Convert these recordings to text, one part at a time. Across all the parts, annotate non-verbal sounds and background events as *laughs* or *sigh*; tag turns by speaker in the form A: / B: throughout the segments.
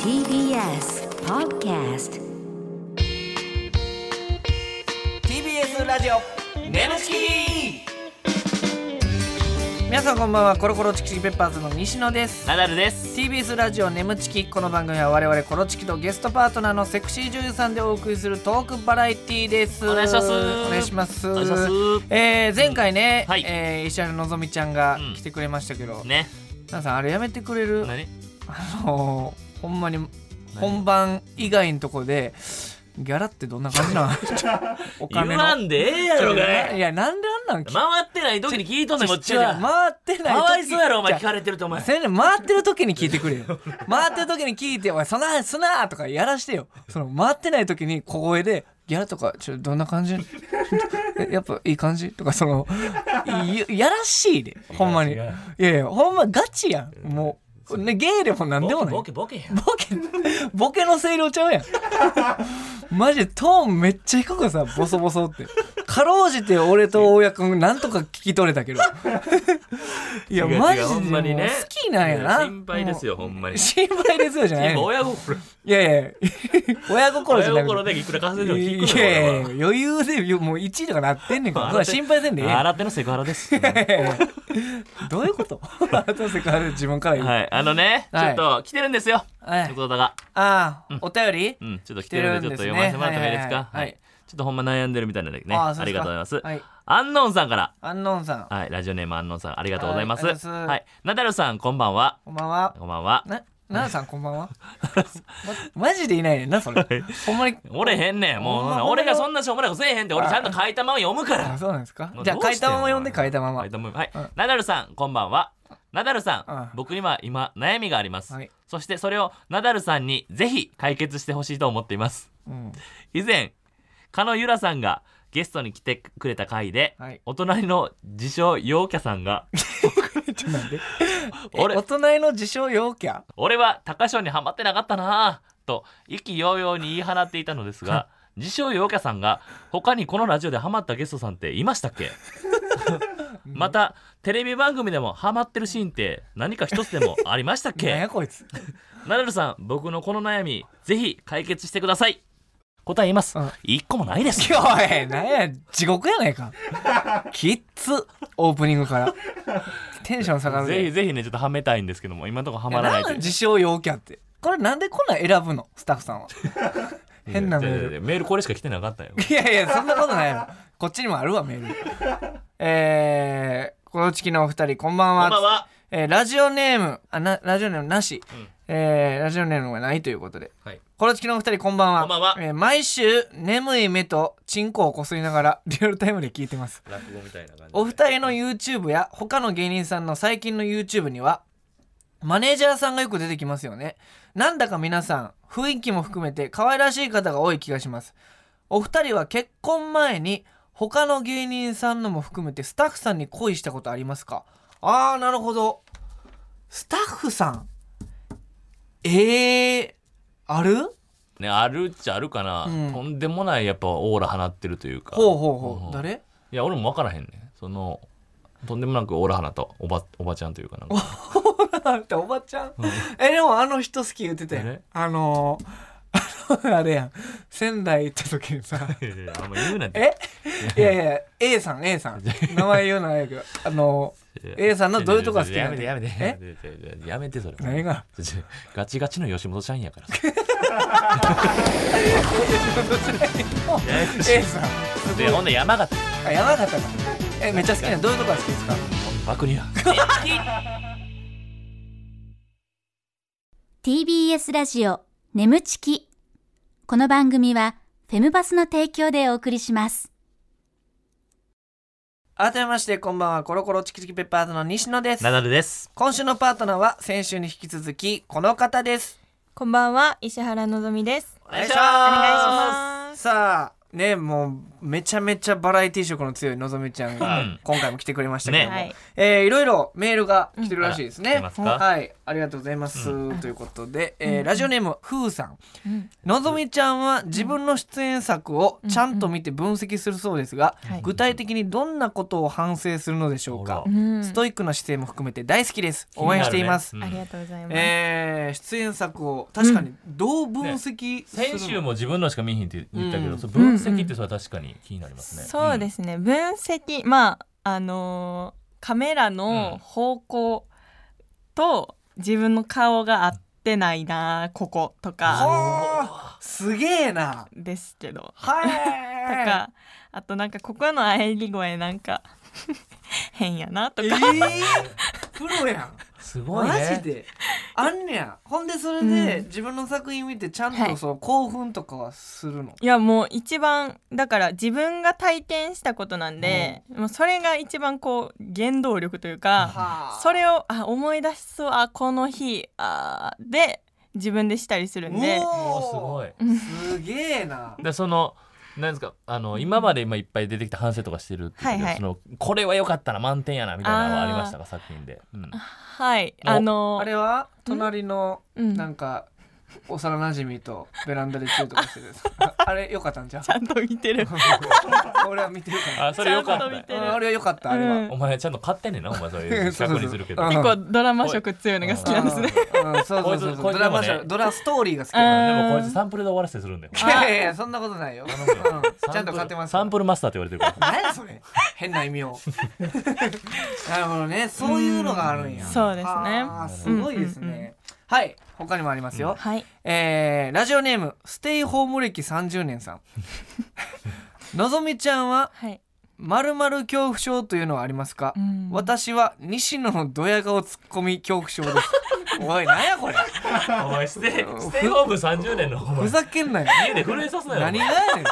A: TBS Podcast
B: TBS ラジオネムチキ皆さんこんばんはコロコロチキチキペッパーズの西野です
C: ナダルです。
B: TBS ラジオネムチキこの番組は我々コロチキとゲストパートナーのセクシー女優さんでお送りするトークバラエティーです
C: お願いします
B: お願いします
C: お願いします
B: えー、前回ね、
C: はい
B: えー石原のぞみちゃんが
C: うん
B: 来てくれましたけど、な
C: ね。
B: ん、さんあれやめてくれる
C: 何？
B: あのー *laughs* ほんまに本番以外のとこでギャラってどんな感じなん
C: *laughs*
B: お
C: 言
B: 金の
C: わんでええやろが
B: いや、なんであんなん聞
C: 回ってない時に聞いとんねんこっちは。
B: 回ってない時
C: かわいそうやろお前聞
B: じゃ
C: かれてるとお
B: あ
C: 前。
B: せん回ってる時に聞いてくれよ回ってる時に聞いて「おいそんな話すな」とかやらしてよその回ってない時に小声で「ギャラとかちょどんな感じ *laughs* えやっぱいい感じ?」とかそのいやらしいでほんまにい
C: 違う違
B: やいやほんまガチやんもう、ね、ゲイでもなんでもない
C: ボケボケボケやん。
B: ボケ、ボケの声量ちゃうやん。マジでトーンめっちゃ低くさ、ボソボソって。かろうじて俺と大家くんなんとか聞き取れたけ
C: *laughs*
B: ど。いや、
C: 違う違う
B: マジで
C: ほんまにね
B: もう好きなんやな。
C: 心配ですよほんまに。
B: 心配ですよじゃない。い
C: 親心
B: やいや、親心じゃな
C: 親
B: くて
C: 心でいくら稼いでも聞く
B: い
C: の
B: やい
C: よ
B: やいや余裕でもう1位とかなってんねんから
C: 俺
B: そんな心
C: は。
B: 配せんでええやん
C: 新手のセクハラです。
B: *laughs* どういうこと *laughs* 後世から自分から言う、
C: はい。あのね、ちょ
B: はい
C: っと来てるんですよ。
B: はい
C: ちょっとだが、
B: ああお便り、
C: うん、ちょっと来てるんでちょっと読ませてもらってもいいですか。
B: は
C: はい
B: はいはいはい
C: い。ちょっとほんま悩んでるみたいなんでね。
B: あ
C: あ
B: あそうです
C: り
B: か
C: がとうございます。
B: はい
C: アンノンさんから。
B: アンノンさん
C: はい、ラジオネームアンノンさん、ありがとうございます。
B: はいありがとうございます
C: はい、ナダルさん、こんばんは。
B: こんばんは
C: こんばんは。
B: な、なあさんこんばん
C: *laughs*
B: は。ま、マジでいないねんな、それ。ほんまに。
C: おれへんねん。もう、
B: ほんまほんま
C: 俺がそんなしょうもないことせえへんって、俺ちゃんと書いたまま読むか
B: あ、*laughs*
C: ら。
B: そうなんですか
C: も。う
B: じゃあ、
C: どう
B: 書
C: し
B: い
C: て
B: た
C: ん
B: ま
C: の
B: ま読んで書いたまま
C: 書い。たまま。はい
B: うん。
C: ナダルさん、こんばんは。ナダルさ
B: うん
C: ん、僕には今、悩みがあります
B: はい。
C: そしてそれをナダルさんにぜひ解決してほしいと思っています。
B: うん。
C: 以前、狩野ゆらさんがゲストに来てくれた回で
B: はい、
C: お隣の自称陽キャさんが、
B: ちょっと待って。*laughs*
C: 俺
B: えお隣の自称陽キャ。
C: 俺は高所にはまってなかったなぁと意気揚々に言い放っていたのですが自称陽キャさんが他にこのラジオでハマったゲストさんっていましたっ *laughs* けまたテレビ番組でもハマってるシーンって何か一つでもありましたっ
B: なんや
C: け
B: こいつ。
C: ナダルさん僕のこの悩みぜひ解決してください答え言います
B: うん
C: 一個もないです
B: おい、なんや、地獄やないか。キッズ、オープニングから。テンション下がるで。
C: ぜひぜひねちょっとはめたいんですけども今のところはいま
B: や
C: らな
B: ないん
C: と
B: ないん
C: う
B: 自称陽キャって。これなんでこんなん選ぶのスタッフさ *laughs* んは。変なメ
C: いや
B: ー
C: いや
B: ル。
C: いやメールこれしか来てなか *laughs* ったよ
B: いやいや、そんなことないよ。こっちにもあるわ、メール。えー、コロチキのお二人、こんばん
C: こ
B: は。
C: んばんは
B: えーラジオネームあなラジオネームなし、えーラジオネームがないということで
C: はい
B: コロチキのお二人こんばんは
C: こんばんは
B: えー毎週眠い目とチンコをこすりながらリアルタイムで聞いてます
C: 落語みたいな感じ
B: お二人の YouTube や他の芸人さんの最近の YouTube にはマネージャーさんがよく出てきますよねなんだか皆さん雰囲気も含めて可愛らしい方が多い気がしますお二人は結婚前に他の芸人さんのも含めてスタッフさんに恋したことありますかあーなるほどスタッフさんえー、ある
C: ね、あるっちゃあるかな、
B: うん
C: とんでもないやっぱオーラ放ってるというか
B: ほうほうほう、
C: ん
B: 誰
C: いや俺も分からへんねんそのとんでもなくオーラ放ったおばおばちゃんというかなんか
B: あんたおばちゃん、えでもあの人好き言ってたやん
C: 誰
B: あのー、あのあれやん仙台行った時に
C: *laughs*
B: さ
C: いやいやあんま言うなって
B: えいやいや A さん A さん名前言うのはあれやけどあのー、A さんのどういうとこが好きな
C: や
B: の
C: めてやめてや
B: え
C: めてやめてそれ
B: 何が
C: ちょちょガチガチの吉本社員やから
B: A *laughs* さん
C: でほんで山形
B: あ山形かえめっちゃ好きなのどういうとこが好きですか
C: 爆乳
A: TBS ラジオ眠ちきこの番組はフェムバスの提供でお送りします
B: 改めましてこんばんはコロコロチキチキペッパーズの西野です
C: ナダルです
B: 今週のパートナーは先週に引き続きこの方です
D: こんばんは、石原のぞみです。
C: お
B: 願いします
D: お願いします。
B: さあねもうめちゃめちゃバラエティ色の強いのぞみちゃん
C: う
B: が
C: ん
B: 今回も来てくれましたけども、
C: ね
D: はい
B: えーいろいろメールが来てるらしいです
C: うん
B: ね
C: あ来てま。すか
B: はい、ありがとうございます、ということで、えーラジオネームふうさん。
D: うん
B: のぞみちゃんは自分の出演作をちゃんと見て分析するそうですが、
D: はい
B: 具体的にどんなことを反省するのでしょうか
C: う。
D: うん
B: ストイックな姿勢も含めて大好きです。応援しています。
C: 気にな
D: あ
C: る
D: り
C: ね
D: がとうございます。
B: えー出演作を確かにどう分析するの、
C: 先週も自分のしか見えへんって言ったけ
B: う
C: ど、
B: ん
C: その分析ってそれは確かに気になりますね。
D: そうですね、分析まああのーカメラ
C: うん
D: の方向と自分の顔が合ってないなこことか
B: はあすげえな
D: ですけどと
B: はい
D: かあとなんかここの喘ぎ声なんか *laughs* 変やなと
B: え
D: か、
B: ー、プロやん
C: うん。すごいね。
B: マジであんねやほんでそれで自分の作品見てちゃん
D: は
B: と
D: い
B: その興奮とかはするの、
D: いやもう一番だから自分が体験したことなんで、もうそれが一番こう原動力というか。
B: はあ
D: それをあ思い出しそうあこの日あーで自分でしたりするんで
B: お
C: お
B: ー
C: ーすごい。
B: すげえな
C: でそのなんですかあの今まで今いっぱい出てきた反省とかしてるっていうけど、
D: はいはい
C: そのこれは良かったな満点やなみたいなのはありましたか作品で、うん
D: はい
C: お
D: あの
B: あれは隣の
D: うん
B: なんか幼馴染とベランダでチューとかしてるああれよかったんじゃ
D: *laughs*
B: ん
D: ちゃんと見てる
B: 俺は見てるか
C: あそれ良かった
D: ちゃんと見
C: ね
D: て
B: らああれはよかったあれ
D: う
B: は
D: ん
C: お前ちゃんと買ってんねんなお前 *laughs* そ
B: そ
C: ういうう
B: そうそう
C: 企画にするけど
B: うん
D: 結構ドラマ色強いのが好きなんですね
B: うんうんそうそうそう
C: こ
B: そう
C: いつこいつ
B: ドラマ
C: でもね
B: ドラストーリーが好き
D: う
B: なの
D: ん
C: でもこいつサンプルで終わらせてするんだよ
B: いやいやいやそんなことないよ
C: 頼むよ
B: うんちゃんと買ってます
C: サンプルマスターって言われてるか
B: 何それ変な意味をなるほどねそういうのがあるんや
D: うんそうですね
B: あーすごいですね、
D: うんうんうん
B: はい他にもありますよ、
D: *laughs* はい
B: えーラジオネームステイホーム歴30年さんのぞみちゃんは
D: はい、
B: 〇〇恐怖症というのはありますか、
D: ん
B: 私は西野のドヤ顔ツッコミ恐怖症ですおい何やこれ
C: らお前ステイステイホーム30年のお
B: ふ
C: 前
B: ざけんなよ
C: 家で震えさす *laughs* なよお
B: 何
C: 前
B: がやねん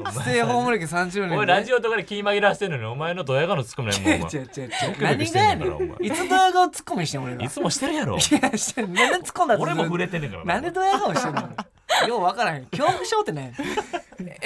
C: お前
B: ステイホーム歴30
C: お
B: 年
C: 前ラジオとかで気紛らわしてんのにお前のドヤ顔のツッコミなんやもんお
B: 違う
C: 前
B: 違う違う
C: ドキ
B: 何
C: し
B: が
C: て
B: や
C: ん
B: ね
C: ねんからお前
B: んいつドヤ顔ツッコミしてん俺が
C: いつもしてるやろ
B: いやしてんなんで突っ込んだ
C: 俺も触れ
B: て
C: てんねんから
B: なんでドヤ顔してんのようわからへん恐怖症ってね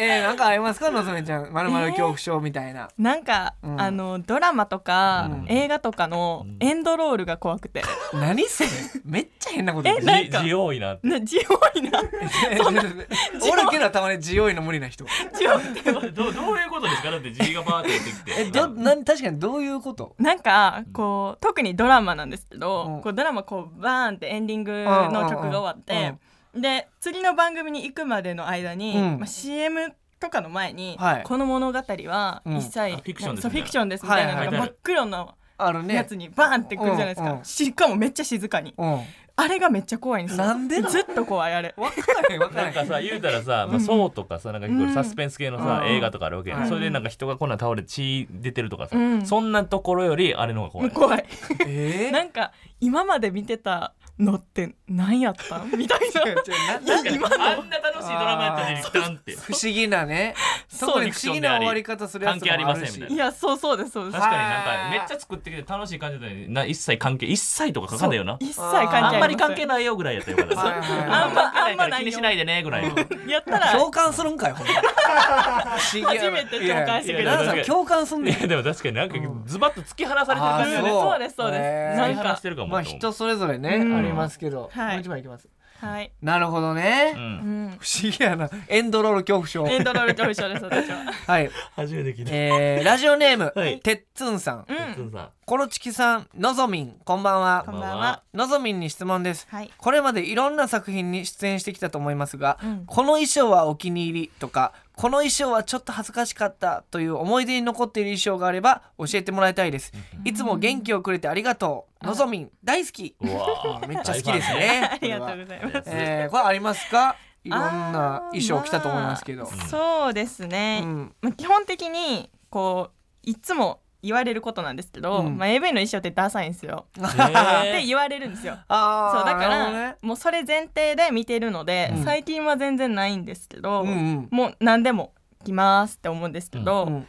B: えー、なんかありますかのぞみちゃんまるまる恐怖症みたいな、
D: なんか、
B: うん
D: あのドラマとか、
C: うん
D: 映画とかの
C: うん
D: エンドロールが怖くて、 *laughs*
B: 何それめっちゃ変なこと言ってる
D: なんか
C: 自多いなって
D: な地方にな
B: *laughs* 俺けどたまに地用意の無理な人
D: 地方っ
C: *laughs*
D: て
C: どうどういうことですかだって G がバーって出てきて
B: *laughs* えどなん確かにどういうこと
D: なんかこう特にドラマなんですけど、
B: うん
D: こうドラマこうバーンってエンディングの曲が終わって、で次の番組に行くまでの間に、
B: うん
D: まあ、CM とかの前に、
B: はい
D: この物語は
B: うん
D: 一切、
C: あフィクションです
D: そ
C: みたいな
D: うフィクションですみたいなの
B: はい
C: はい
D: が真
C: はい
D: っ黒の
B: ある
D: や
B: ね
D: つにバーンってくるじゃないですか、
B: うんうん
D: しかもめっちゃ静かに
B: うん
D: あれがめっちゃ怖いんですよ
B: なんでなん
D: ずっと怖いあれ
B: 分からへん分から
C: なん
B: へ
C: か
B: ん
C: さ言うたらさ「まあ、そう」とかさなんか結構サスペンス系のさ、
B: うん
C: 映画とかあるわけやん、
B: うん
C: それでなんか人がこんなん倒れて血出てるとかさ、
D: うん
C: そんなところよりあれの方が怖い。
D: 怖い
B: えー *laughs*
D: なんか今まで見てたのって何やったみたいな
B: 違う違うな
C: 確かにあんな楽しいドラマやったのに
B: あー
C: 一旦って
B: 不思議なね
D: そう
B: 特に不思議な終わり方するやつも
C: 関係あ
B: あ
C: りま
B: る
C: せん
B: し
C: みた
D: いやそうそうですそうです
C: 確かになんかめっちゃ作ってきて楽しい感じだったのにな一切関係一切とか書かないよな
D: 一切関係ありま
C: あ
D: せ
C: んまり関係ないよぐらいやったよかった
B: はいはいはい
D: あ
C: 関
D: んま
C: 係ないか
D: あんま
C: ら
D: ない
C: 気
D: よ
C: にしないでねぐ *laughs* らいの
D: *laughs* やったら
B: 共感するんかいほんま初
D: *laughs* 初めて共感してくれ
C: た
B: なんか共感すん
C: い
B: ねん
C: やでも確かになんかズバッと突き放されて
B: あ
C: る
B: ー
C: 感
D: う
C: じよね
D: んそうですそうです
B: へー
D: な
C: 突
D: ん
C: き
D: か
C: 放してるか
B: *laughs*
C: も
B: まあ人それぞれね、
D: うん
B: ありますけど、
D: はい
B: もう一枚いきます
D: はい、
B: なるほどね、
C: う
D: うんん、
B: 不思議やなエンドロール恐怖症
D: エンドロール恐怖症です私は
B: はい、
C: 初めて聞いた
B: えー、ラジオネーム、
C: はい
B: てっつんさん *laughs*
D: う
C: 哲
D: ん
C: 夫さん
B: コロチキさんのぞみんこんばんは
D: こんばんは
B: のぞみんに質問です
D: はい
B: これまでいろんな作品に出演してきたと思いますが、
D: うん
B: この衣装はお気に入りとかこの衣装はちょっと恥ずかしかったという思い出に残っている衣装があれば教えてもらいたいです、いつも元気をくれてありがとうのぞみん大好き
C: うわー
B: めっちゃ好きです
C: 大ファン
B: ね
D: *laughs* ありがとうございます
B: えー、これありますかいろんな
D: あー
B: 衣装着たと思いますけど、
D: まあそうですね、
B: うん
D: まあ、基本的にこういつも言われることなんですけど、
B: うん
D: まあ、AV の衣装ってダサいんですよ、
B: *laughs*
C: ー
D: って言われるんですよ
B: あ
D: そう
B: ー
D: だ
B: な
D: か
B: る
D: ら、
B: ほどね
D: もうそれ前提で見てるので、
B: うん
D: 最近は全然ないんですけど、
B: うん
D: もう何でも着ますって思うんですけど、
B: うんうん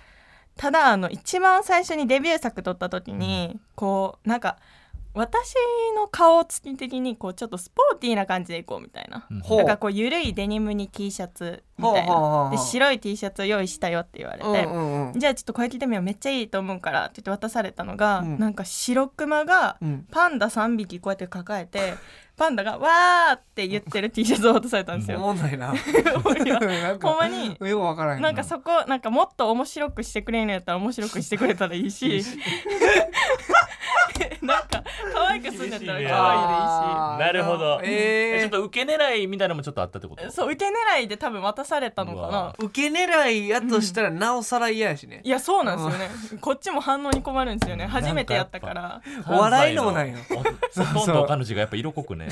D: ただあの一番最初にデビュー作撮った時に、こうなんか私の顔つき的にこうちょっとスポーティーな感じでいこうみたいな
C: うん
B: ほ
D: だからこう緩いデニムに T シャツみ
B: ほう
D: たい
B: ほう
D: な
B: ほうほう
D: で白い T シャツを用意したよって言われて、
B: うんうんうん
D: じゃあちょっとこれ着てみようめっちゃいいと思うからって言って渡されたのが、
B: うん
D: なんか白クマが
B: うん
D: パンダ3匹こうやって抱えてパンダが「わー!」って言ってる T シャツを渡されたんです
B: お
D: よ。
B: もんないな *laughs* ん
D: ほんまに
B: よくわからへん
D: なんかそこなんかもっと面白くしてくれるのやったら面白くしてくれたらいいし *laughs* なんか可愛くすんのやったら可
B: あー
C: なるほど
B: え
C: え
B: ー
C: ちょっと受け狙いみたいなのもちょっとあったってこ
D: 愛い
C: と
D: しそう受け狙いで多分渡されたのか
C: うわ
D: な
B: 受け狙いやとしたらなおさら嫌やしね
D: いやそうなんですよねこっちも反応に困るんですよね初めてやったから
B: お笑いのもなんよ
C: おほとんど彼女がやっぱ色濃くね
B: い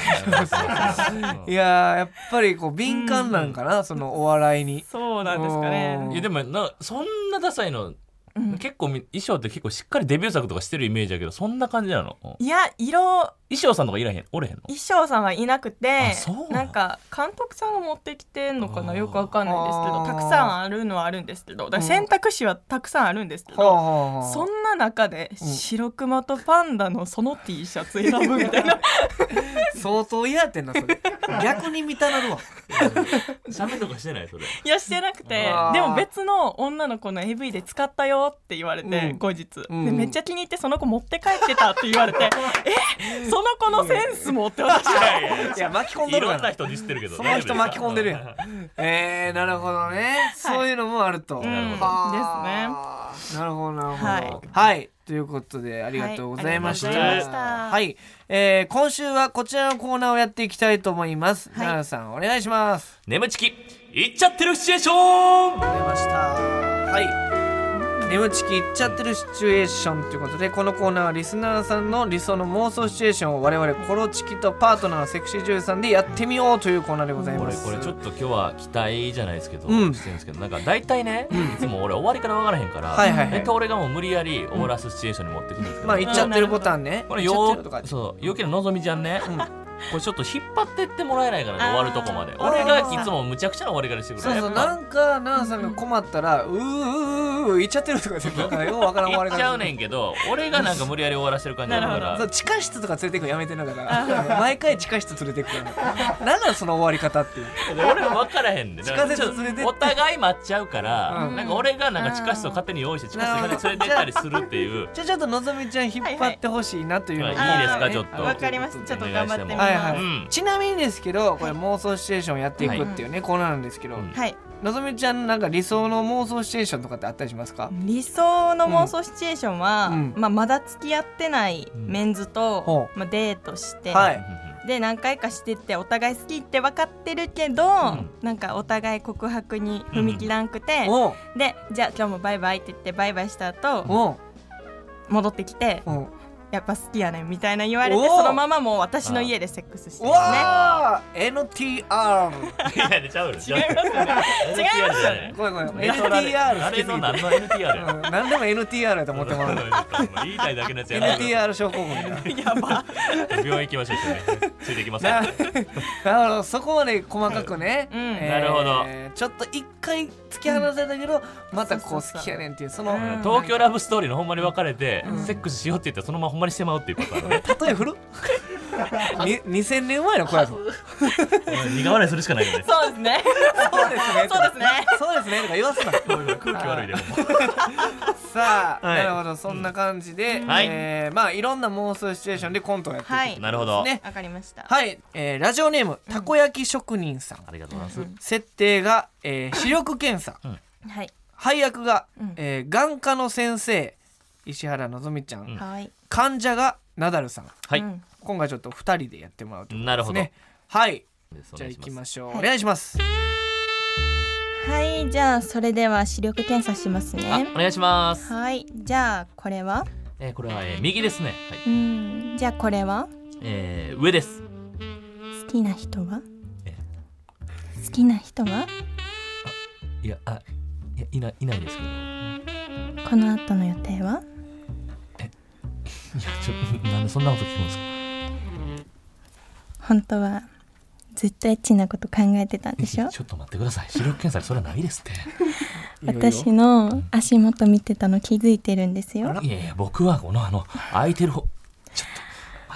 B: やーやっぱりこう敏感なんかなそのお笑いに
D: そうなんですか
B: うん
D: ね
C: いやでもなそんなダサいの
D: うん
C: 結構み衣装って結構しっかりデビュー作とかしてるイメージだけどそんな感じなのうん
D: いや色
C: 衣装さんとかいらへんおれへんの
D: 衣装さんはいなくて
C: あそうな
D: なんんか監督さんが持ってきてんのか
C: あ
D: な
C: ー
D: よくわかんないですけ
B: あ
D: ど
B: ー
D: たくさんあるのはあるんですけどだから選択肢はたくさんあるんですけ
B: は
D: ど、
B: あはあはあ
D: そんな中で
B: うん
D: 白クマとパンダのその T シャツ選ぶみたい
B: *laughs*
D: な
B: 相当嫌やってんなそれ逆に見たなるわ
C: ダメとかしてないそれ
D: いやしてなくて
B: あー
D: でも別の女の子の AV で使ったよって言われて、
B: うん
D: 後日、
B: うん
D: でめっちゃ気に入ってその子持って帰ってたって言わ
B: *laughs*
D: れてえその子のセンスもって私は。 *laughs*
B: いや巻き込ん
C: い
B: どる
C: ろ
B: か
C: んな
B: ら
C: 人ディスってるけど
B: その人巻き込んでるやん
C: *laughs*
B: えー、なるほどねそういうのもあると、
D: うん
B: はあなるほどなるほどは、
D: はい
B: ということでありがとうございました
D: はい
C: ありが
D: とうございました
B: はいえー今週はこちらのコーナーをやっていきたいと思います、
D: はい
B: 奈良さんお願いします
C: 眠ちきいっちゃってるシチュエーション
B: 出ましたはい眠ちきいっちゃってるシチュエーションということでこのコーナーはリスナーさんの理想の妄想シチュエーションを我々コロチキとパートナーのセクシー女優さんでやってみようというコーナーでござい
C: こ
B: ま
C: れ
B: す
C: これちょっと今日は期待じゃないですけど、
B: うん
C: してるんですけどなんか大体ねいつも俺終わりから分からへんから
B: はいはいはい
C: 大体俺がもう無理やりオーラスシチュエーションに持ってくるんですけど、
B: まあいっちゃってるボタンね
C: これ
B: いっちゃっ
C: よ
B: てるとか
C: うそう陽気なのぞみちゃんね、
B: うん
C: これちょっと引っ張ってってもらえないからね
D: あー
C: 終わるとこまで
D: あ
B: ー
C: 俺がいつもむちゃくちゃな終わりからしてくる
B: そうそう
C: やっぱ
B: なんか奈々さんが困ったら「うーうーうーうーいっちゃってる」とかって
C: *laughs*
B: なんかようわからん終わり
C: 言っちゃうね
B: ん
C: んけど俺がなんか無理やり終わらせてる感じだか
D: なる
C: ら
B: そう地下室とか連れてくのやめてんのだから毎回地下室連れてくからなんなんその終わり方っていう
C: で俺も分からへんねん
B: 地下鉄連れてって
C: なんかちょっとお互い待っちゃうから、
B: うん
C: なんか俺がなんか地下室を勝手に用意して地下室に連れてったりするっていう
B: じゃあちょっとのぞみちゃん引っ張ってほしいなというのを
C: はい
D: はい
B: ね
D: いいですか
C: ちょっと
D: わかりましたちょっと頑張ってみま
B: は
D: すはいい
B: は、
D: はいい、
C: うん
B: ちなみにですけどこれ妄想シチュエーションやっていくっていうね、コーナーなんですけど、
C: うん
B: のぞみちゃんなんか理想の妄想シチュエーションとかってあったりしますか、
D: 理想の妄想シチュエーションは、
B: うん
D: まあ、まだ付き合ってないメンズと、まあ、デートして、
B: はい
D: で何回かしてってお互い好きって分かってるけど、
C: ん
D: なんかお互い告白に踏み切らんくて、
B: おう
D: でじゃあ今日もバイバイって言ってバイバイした後
B: おう
D: 戻ってきて
B: おう
D: やっぱ好きやねんみたいな言われ
B: お
D: て
B: ー
D: そのままもう私の家でセックスし
B: う
D: てるんですね。
B: わー NTR
C: いやねちゃうよちゃう
D: 違いますよね
C: NTR
D: 違います
C: じゃな
D: よね
B: ごめんごめん
C: *laughs*
B: NTR
C: あ
B: 好きすぎて、
C: れの何の NTR や
B: うん、何でも NTR やと思ってもら
C: *laughs*
B: う
C: 言いたいだけのやつや
B: NTR 症候群だ
D: やば
C: 病院行きましょう一緒にねついていきま
B: *laughs*
C: す
B: な
C: か
B: な
C: ら
B: るほどそこまで細かくね、
D: うん
C: なるほど
B: ちょっと一回突き放されたけど、またこう好
D: そうそうそう
B: きやねんっていうその、
D: うん
C: 東京ラブストーリーのほんまに別れて、
B: うん
C: セックスしようって言ったらそのままほんまにしてまうっていうことあるね
B: 例え古っに2000年前の子やぞ
C: 苦笑いするしかないよね
D: そうですね
B: そうですね
D: そうですね
B: そうですねとか言わすな
C: 空気悪いでほんま
B: さあ、
C: はい
B: なるほどそんな感じで、
C: はい
B: えーまあいろんな妄想シチュエーションでコントをやっていく
D: は
B: はい、
D: い
C: なるほど、
B: ね
D: わかりました
B: えーラジオネームたこ焼き職人さん、
C: ありがとうございます、
D: うん
B: 設定が、えー視力検査
D: はい
B: 配役が、
D: うん
B: えー眼科の先生石原のぞみちゃん、
C: うん
D: はい
B: 患者がナダルさん
C: はい、
D: うん
B: 今回ちょっと2人でやってもらうということ
C: なる
B: です
C: ほど
B: ねはいじ
C: じ
B: ゃあ
C: ゃあ
B: 行
C: 行
B: き
C: き
B: ま
C: まし
B: しょう、
D: はい
B: お願いします
D: はいじゃあそれでは視力検査します
C: ょうあ
D: ね
C: お願いします、
D: はいじゃあこれは
C: えーこれは、えー右ですねはい、
D: うんじゃあこれは
C: えー上です
D: 好きな人は
C: え
D: 好きな人はい
C: やあいやいないいないですけどい
D: この後の予定は
C: やちょなんでそんなこと聞くんですか
D: 本当はずっとエッチなこと考えてたんでし
C: い
D: ょ
C: やちょっと待ってください視力検査でそれはないですって
D: 私の足元見てたの気づいてるんですよ
C: いやいや僕はこのあの空いてる方ちょ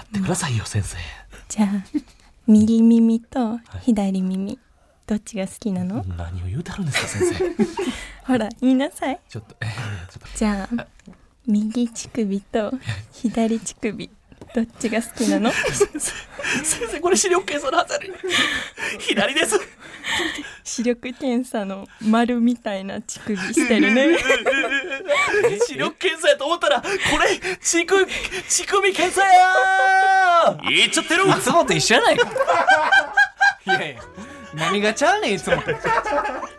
C: っとってくださいよ先生
D: じゃあ右耳と左耳どっちが好きなの
C: 何を言うてはるんですか先生
D: *laughs* ほら言いなさい
C: ちょっとえーちょっと
D: じゃあ右乳首と左乳首どっちが好きな
B: *laughs*
D: の
C: 先生これ視力検査のはずやねん左です
D: 視力検査の丸みたいな乳首して
B: *laughs*
D: るね
C: *laughs* 視力検査やと思ったらこれ乳首乳首検査やー言っちゃってる
B: いつもと一緒やないかいやいや何がちゃうねんいつもと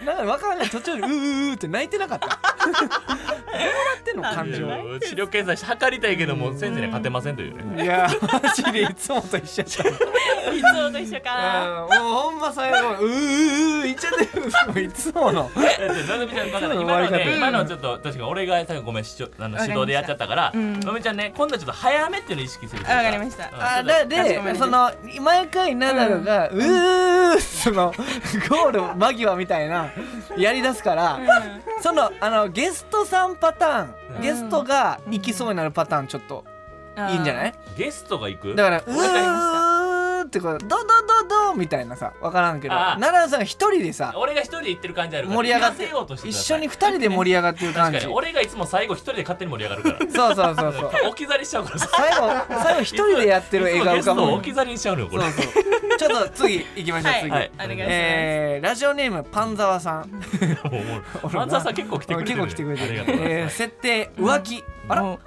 B: なんかわからない途中でうーうーうーって泣いてなかったどうなってんの感情
C: 視力検査して測りたいけども先生には勝てませんというね
B: いやマジでいつもと一緒やっ
D: いつもと一緒か
B: たうんもうほんま最後うーうーうーいっちゃってるもういつもの
C: ののみちゃんだから今のね今のはちょっと確かに俺が最後ごめんしちょあの指導でやっちゃったから
D: りました
C: のみちゃんね今度はちょっと早めっていうのを意識する
D: わかりました
B: あだ
C: だっ
D: かしこま
B: で
D: り
B: その毎回ナダルが「うー」そのゴール間際みたいなやりだすから、そのあのゲストさんパター
C: う
B: ン
C: ん
B: ゲストが行きそうになるパターンちょっと
D: ら
B: いいんじゃない
C: ゲストが行く
B: だから「う
D: りました
B: ー」ってこう「どどどど」みたいなさ分からんけど
C: あー
B: ナダルさんが一人でさ
C: 俺が一人で行ってる感じあるから
B: 盛り上がっ
C: 言わ
B: て
C: せようとしてく
B: 一
C: だ
B: 緒
C: さい
B: に二人で盛り上がってる感
C: 確
B: じ
C: かに
B: そう
C: 俺がいつも最後一人で勝手に盛り上がるから
B: そうそうそ
C: *laughs*
B: う
C: 置き去りしちゃうからさ
B: 最後最後一人でやってる映画
C: い
B: 浮
C: つもゲス
B: か
C: トを
B: ぶ
C: 置き去りにしちゃうのよこ
B: そう
C: れ
B: そうちょっと次行きましょう
D: はい
B: 次、
C: はい
D: お願いします、
B: えーラジオネームパンザワさん
C: もうもう漫才さん結構来てくれ
B: 結
C: てる
B: 構来てくれてる
C: ありがとうござい
B: えー
C: ます
B: 設定浮気、あら
D: お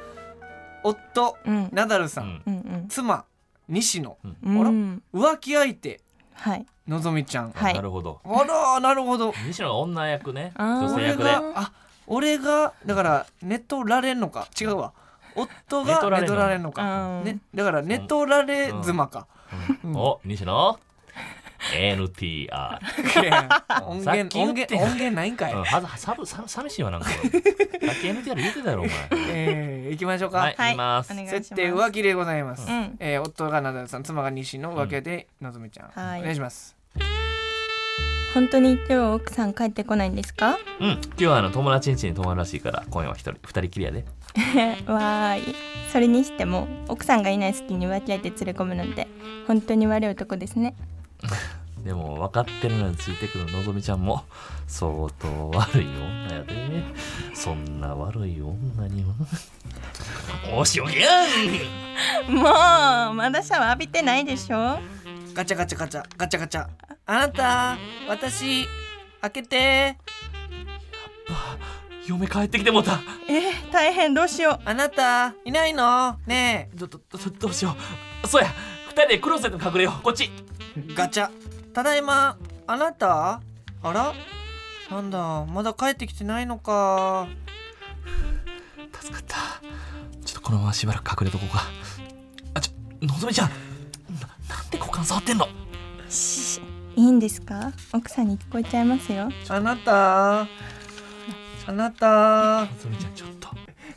B: 夫
D: うん
B: ナダルさん、
C: うん
D: うんうん
B: 妻西野
D: うん
B: あら
D: うん
B: 浮気相手
D: はい
B: のぞみちゃん、
D: はい
C: なるほど
B: あらーなるほど
C: 西野が女役ね
D: あー
C: 女性
B: 俺
C: 役で
B: があ俺がだから寝取られんのか違うわ夫が
C: 寝取られん
B: 寝
C: の
B: 取られんのか、
D: うん
B: ね、だから寝取られ妻か、
C: うんお西
D: *laughs*
C: 野 NTR
B: *laughs* いや音
C: さっ
B: 源
C: き言
B: 音
C: って
B: 源音源ないんかい、
C: うんはずサブサブ寂しいわなんか *laughs* さっき NTR 言ってたやろお前
B: えー、行きましょうか、
C: はい
D: は
C: 行
D: い
C: きます
D: お願いします
B: 設定浮気でございます、
D: うん
B: えー夫がナダルさん妻が西野浮気でのぞみちゃん、
D: はい
B: お願いします
D: 本当に今日は奥さん帰ってこないんです *laughs* か
C: うん今日はあの友達ん家に泊まるらしいから今夜は一人二人きりやで
D: わーいそれにしても奥さんがいない隙に浮気相手連れ込むなんて本当に悪い男ですね
C: でも分かってるのについてくるのぞみちゃんも相当悪い女やでそんな悪い女にもおしおけやん
D: もうまだシャワー浴びてないでしょ
B: ガチャガチャガチャガチャガチャあなた私開けて
C: 嫁帰ってきてもうた
D: えー大変どうしよ
B: あなたいないのね
C: どどどどうしようそうや二人でクローゼットに隠れようこっち
B: えガチャただいまあなたあらなんだまだ帰ってきてないのか
C: 助かったちょっとこのまましばらく隠れとこうかあちょのぞみちゃんななんで股間触ってんの
D: うしいいんですか奥さんに聞こえちゃいますよ
B: あなたあなた
C: のぞみちゃんちょっと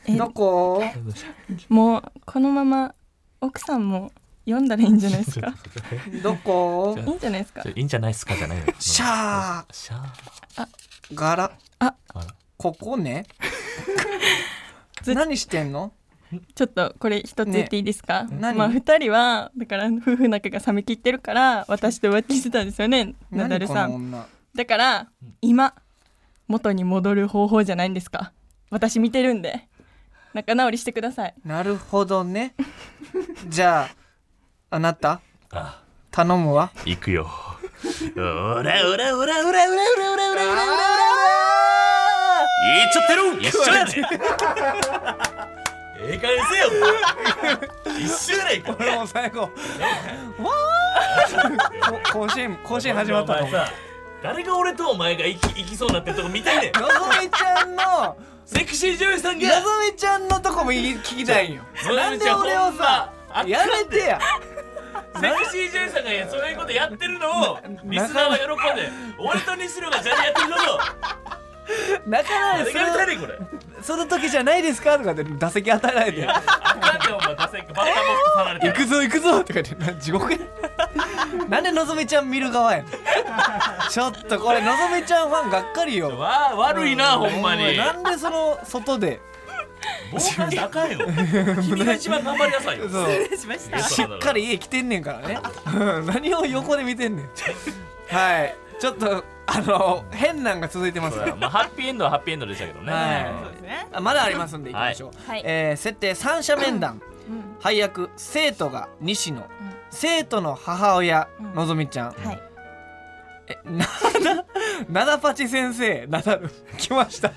D: え
B: どこ
C: のぞみちゃん
D: もうこのまま奥さんも読んだらいいんじゃないで
C: *laughs*
D: すか
B: どこ
D: いいんじゃないですか
C: ちょいいんじゃないっすかじゃないの
B: シャー
C: シャー
B: 柄
C: あら
B: ここね
D: *laughs* ず
B: 何してんの
D: ちょっとこれ一つ言っていいですか、
B: 何
D: まあ二人はだから夫婦仲が冷めきってるから私と浮気してたんですよねナダ
B: 何
D: ル
B: こ
D: さ
B: の
D: ん
B: 女
D: だから今元に戻る方法じゃないんですか私見てるんで仲直りしてください
B: なるほどねじゃああなた
C: あ
B: 頼むわ
C: 行くよおらおらおらおらおらおらおらおらおらおら言っちゃってる一緒やねんええ加減せよ一緒やないか
B: これもう最後わーこ甲子園甲子園始まった
C: お
B: の
C: 前さ誰が俺とお前が行き行きそうになってるとこ見たいねん
B: のぞみちゃんののぞ
C: セクシー女優さんが
B: みちゃんのとこもい聞きたいんよ
C: ちょ
B: なんで俺をさ
C: のぞみちゃんほんま
B: やめてや
C: セクシー女優さんがそういうことやってるのをリスナーは喜んで俺と西野がジャニやってるのと
B: なかな
C: 誰が見た
B: か
C: いねんこれ
B: その時じゃないですかとかで打席与えられて
C: あかんでお前ダセックバッターボックスさられて
B: 行くぞ行くぞとか言ってな地獄や *laughs* なんでのぞみちゃん見る側やねん *laughs* ちょっとこれのぞみちゃんファンがっかりよ
C: わあ悪いな、ほんまに
B: なんでその外で
C: 忘年あかんよ君が一番頑張りなさいよ
B: そう
E: 礼しました
B: しっかり家来てんねんからねうん何を横で見てんねんはいちょっとあの変なんが続いてます
C: そ
B: か
C: う
B: ら
C: だまあハッピーエンドはハッピーエンドでしたけどね、
B: はい
E: そうですね
B: あまだありますんでいきましょう、
D: はい
B: えー設定三者面談
D: うん
B: 配役生徒が西野、生徒の母親
D: うん
B: のぞみちゃん、
D: はい
B: えなだなだぱち先生なだる来ました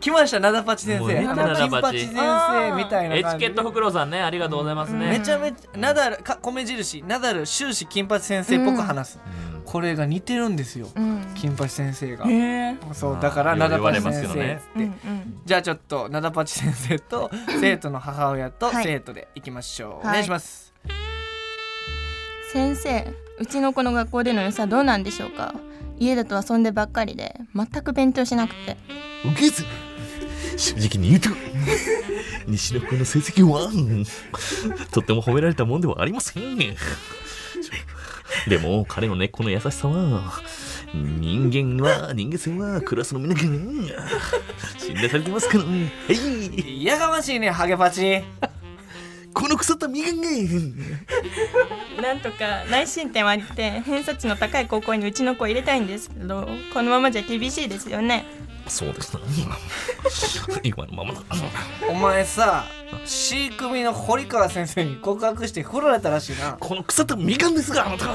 B: 来ましたなだぱち先
C: もう
B: 生
C: ね
B: あ
C: な
B: の
C: だ
B: 金
C: ぱち
B: 八先生みたいな
C: エチ
B: 感
C: ケ
B: じ
C: ット
B: で
C: フクロウさんねありがとうございます
B: め
C: ね、
B: ちゃめちゃなだるか米印なだる終始金八先生っぽく話す、
C: うん
B: これが似てるんですよ
D: うん
B: 金八先生が
D: へえ
B: そう
C: まあ
B: だから
C: よ
B: な
C: く
B: だ
C: 言わ
B: ぱ
C: れ
B: ち
C: ます
B: 先
C: けど
B: 生っ
C: ね
B: つって、
D: うんうん
B: じゃあちょっとなだぱち先生と生徒の母親と
D: はい
B: 生徒でいきましょう、
D: はい
B: お願いします
D: 先生うちの子の学校での良さどうなんでしょうか家だと遊んでばっかりで全く勉強しなくて
F: 受けず正直に言うと西野君の成績はうん
C: とっても褒められたもんではありませんでも彼の根っこの優しさは人間は人間性はクラスのみんなからうん信頼されてますからうんはい
B: いやがましいねハゲパチ
F: この腐ったみかんがうん
D: なんとか内申点を上げて偏差値の高い高校にうちの子を入れたいんですけどこのままじゃ厳しいですよね
C: そうですな今のままだ
B: お前さ C 組の堀川先生に告白して振られたらしいな
C: この腐ったみかんですがあなた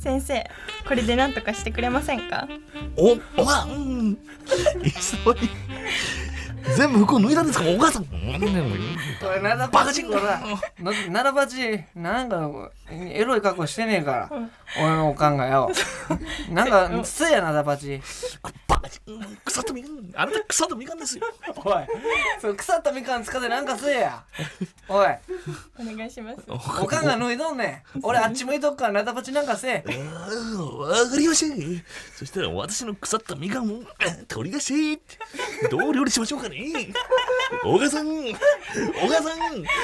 D: 先生これでなんとかしてくれませんか
F: おおばうん急い全部服を脱いだんですかお母さん
B: これなだぱちこらななだぱちなんかのエロい格好してねえから俺のおかんがよなんかつやなだぱち
F: バカ腐ったみかんあなた腐ったみかんですよ
B: おいその腐ったみかん使ってなんかせえやおい
D: お願いします
B: おかんが脱いどんねん俺あっち向いとくからなだばちなんかせえ
F: ああわかりましたそしたら私の腐ったみかんをあ取り出してどう料理しましょうかねお母さんお母さん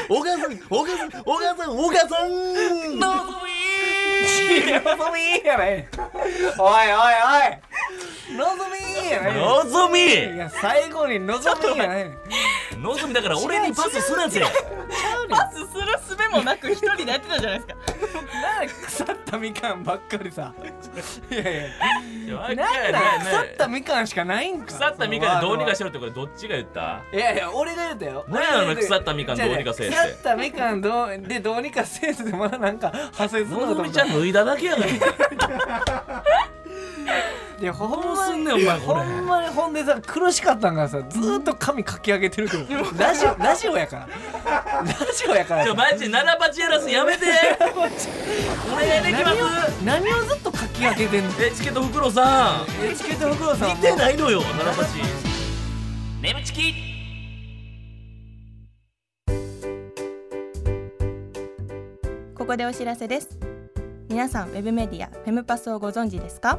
F: お母さんお母さんお母さんお母さん
B: のぞみーのぞみーやないおいおいおいのぞみーやない
C: のぞ
B: い
C: み
B: や最後にのぞみーやない
C: のぞみだから俺にパスするんぜ
D: パスするすべもなく一人でやってたじゃないですか
B: なんで腐ったみかんばっかりさいやい
C: な
B: やなんだ腐ったみかんしかないんか
C: 腐ったみかんでどうにかしろってこれどっちが言った
B: いやいや俺が言うたよ
C: 何やろな腐ったみかんどうにかせえって
B: じゃあね腐ったみかんどうでどうにかせえってまだなんか派生するの
C: の
B: かと
C: ぞ
B: 思
C: み
B: っ
C: ちゃ
B: た
C: ん脱いだだけやがん
B: いやほん
C: ど
B: ま
C: う
B: す
C: ん
B: に
C: ねんお前
B: ほ
C: これ
B: んまにほんでさ苦しかったんがさずーっと髪かき上げてるけどラジオラジオやからラジオやから
C: ちょマジで七八やらすやめて俺できま
B: 何を
C: す
B: 何をずっとかき上げてんの
C: エチケット袋さん
B: エチケット袋さん
C: 見てないのよ七八眠ちき
D: ここでお知らせです皆さんウェブメディアフェムパスをご存知ですか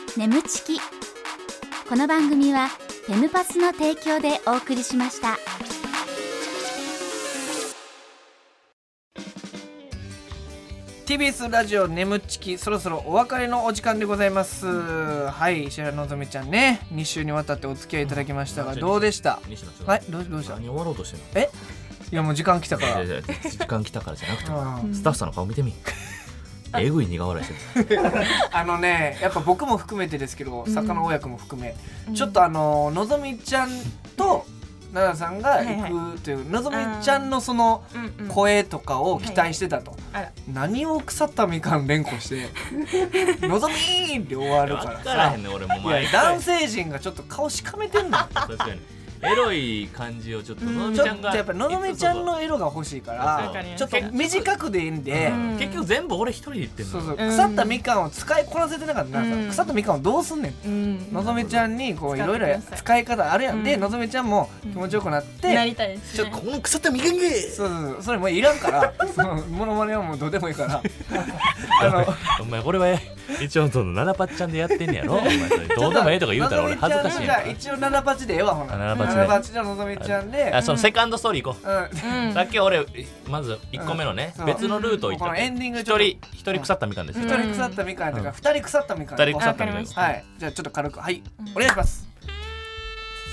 A: 眠ちきこの番組はフェムパスの提供でお送りしました
B: て TBS ラジオ眠っちきそろそろお別れのお時間でございますはい石原のぞみちゃんね2週にわたってお付き合いいただきましたがどうでした
C: 西野ちょっと
B: はいどうどうしたい
C: 何終わろうとしてんの
B: やもう時間来たか
C: いや
B: ら
C: いやいや時間来たからじゃなくて
B: うん
C: スタッフさんの顔見てみえぐい苦笑いしてる
B: あのねやっぱ僕も含めてですけど魚親子も含め、ちょっとあののぞみちゃんと奈々さんが行くという、のぞみちゃんのその声とかを期待してたと、
D: あら
B: 何を腐ったみかん連呼して *laughs* 「のぞみー!」って終わる
C: 分
B: か
C: から
B: らさ
C: へんね俺も
B: いや
C: 前
B: 男性陣がちょっと顔しかめてんのよ
C: 確かにエロい感じをちょっとのぞみ
B: ち
C: ち
B: ょ
C: ゃ
B: っ
C: ん
B: と
C: が
B: やっぱのぞみちゃんの色が欲しいか
C: 確
B: ら
D: かに
B: ちょっと短くでいいんで、
D: うん
C: 結局全部俺一人で言ってんの
B: そうそう
D: うん
B: 腐ったみかんを使いこなせてなかったな、
D: うん
B: 腐ったみかんをどうすんねん
D: うん
B: のぞみちゃんにこうい
D: 使って
B: ろい
D: く
B: ろ
D: ださい
B: 使い方あるやん、で
D: うん
B: のぞみちゃんも気持ちよくなって、
D: なりたいです
F: ちょっ
D: ね
F: とこの腐ったみかんが
B: そうそうそうそれもういらんから *laughs* そのモノマネはもうどうでもいいからあの
C: お前これは一応その七パッチャンでやってんねやろお前それどうでもええとか言うたら俺恥ずかしい
B: の
C: や
B: ぞみちゃんのじゃあ一応7パチでええわほな
C: あ7
D: パチで
B: 7パチののぞみちゃんで
C: んあそのセカンドストーリー行こう
B: うん
D: うん
C: さっき俺まず1個目のね
B: うん
C: 別のルートを言っ
B: このエン
C: て
B: ディング
C: 一
B: ちょっと
C: 人一人腐ったみかんですよ
B: 一人腐ったみかんと
C: う
B: か
C: ん
B: 二人腐ったみかん
C: 二人腐ったみかん
D: わかりまし
C: です
D: た
B: はいじゃあちょっと軽くはいお願いします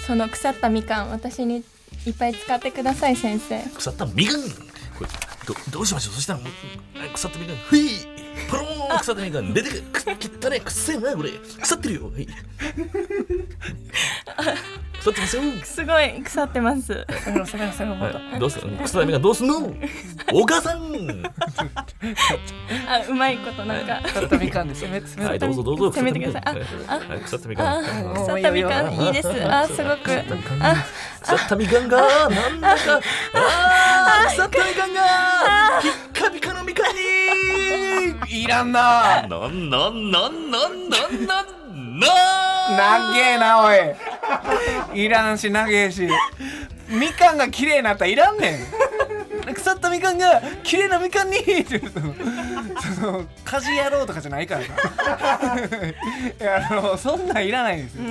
D: その腐ったみかん私にいっぱい使ってください先生
F: 腐ったみかんこれどどうしましょうそしたらもうあ腐ったみかんふいポローン腐ったみかん出てくくきったねくっせえなこれ腐ってるよはい腐ってますよ
D: すごい腐っ
B: *laughs*
D: てます
F: はいどうする腐ったみかんどうすんのお母さん
D: あうまいことなんか
B: 腐ったみかんですよね *laughs* 冷
F: は
B: たい
F: いどうぞどうぞ
D: 攻めてください
F: 腐ったみかんはい腐っ
B: あ
F: たみかんはい
B: もう
D: 腐
B: いい
D: っ
B: よ
D: たみかんいいですあすごく
F: 腐ったみかんがなんだかあー腐ったみかんがピッカピカのみかんに
B: いらんなぁ
C: なんなんなんなんなんなんな
B: 長えなおいいらんし長えしみかんが綺麗になったらいらんねん腐ったみかんが綺麗なみかんにってそのその家事やろうとかじゃないからさいやあのそんなんいらないんですよ、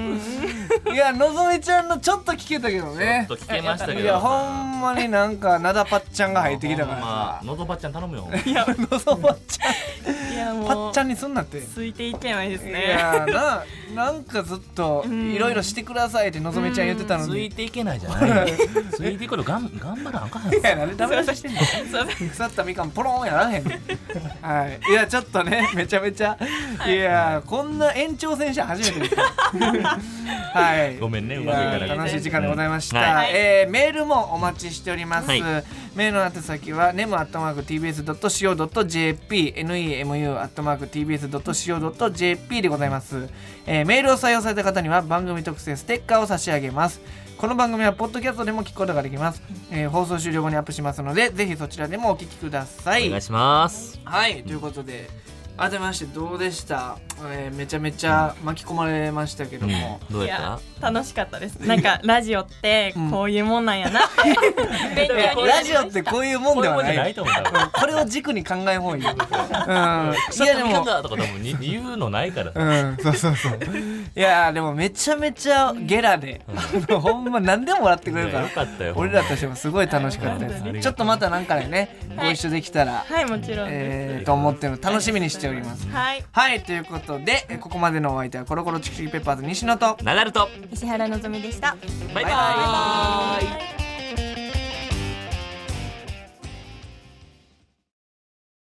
B: いやのぞみちゃんのちょっと聞けたけどね
C: ちょっと聞けましたけど
B: いやほんまになんかなだぱっちゃんが入ってきたから
C: ま
B: さ
C: あのぞばっちゃん頼むよ
B: いや *laughs* のぞぱっちゃん
D: いや
B: ぱ
D: も
B: っ
D: う
B: ちゃんにすんなって
D: ついていけないです
B: い
D: ね
B: やーななんかずっといろいろしてくださいってのぞみちゃん言ってたの
C: つい
B: に
C: ていけないじゃないついていくのがん頑張らんあかん
B: いやなんでダメ出ししてんの
D: すいません
B: 腐ったみかんポロンやらへんのはいいやちょっとねめちゃめちゃいやーこんな延長戦車初めてです
C: *laughs*
B: はい
C: ごめんねうまくいかなくて
B: やー楽しい時間でございました、
C: は
B: えーメールもお待ちしております、
C: はい
B: メールの宛先は nemu.tbs.co.jp nemu.tbs.co.jp でございます、えーメールを採用された方には番組特製ステッカーを差し上げますこの番組はポッドキャストでも聞くことができます、えー放送終了後にアップしますのでぜひそちらでもお聞きください
C: お願いします
B: はいということで改めましてどうでした、えーめちゃめちゃ巻き込まれましたけども、
C: どうやった
D: 楽しかったですなんかラジオって
B: ん
D: こういうもんなん
B: *laughs*
D: やなって勉強になりました
B: ラジオってこういうもんではない
C: ないと思う多分
B: うんこれを軸に考え
C: *laughs*
B: ほうよ、うん、い
C: 腐っ
B: や
C: た
B: で
C: みかん
B: も
C: だとか多分に言うのないからさ
B: うん、そうそうそう *laughs* いやーでもめちゃめちゃゲラで、あのほんま何でも笑ってくれるか
C: よ
B: ら
C: かったよ
B: 俺らとしてもすごい楽しかった
C: はいありがと
B: で
C: う
B: すちょっとまたなんかでねご一緒できたら、
D: はいもちろんです
B: えーと思ってるの楽しみにしております
D: はい
B: はいということでえここまでのお相手はコロコロチキチキペッパーズ西野と
C: ナダルと
D: 石原のぞみでした
C: バイバ
B: バイ
C: イ
B: バイ
D: イ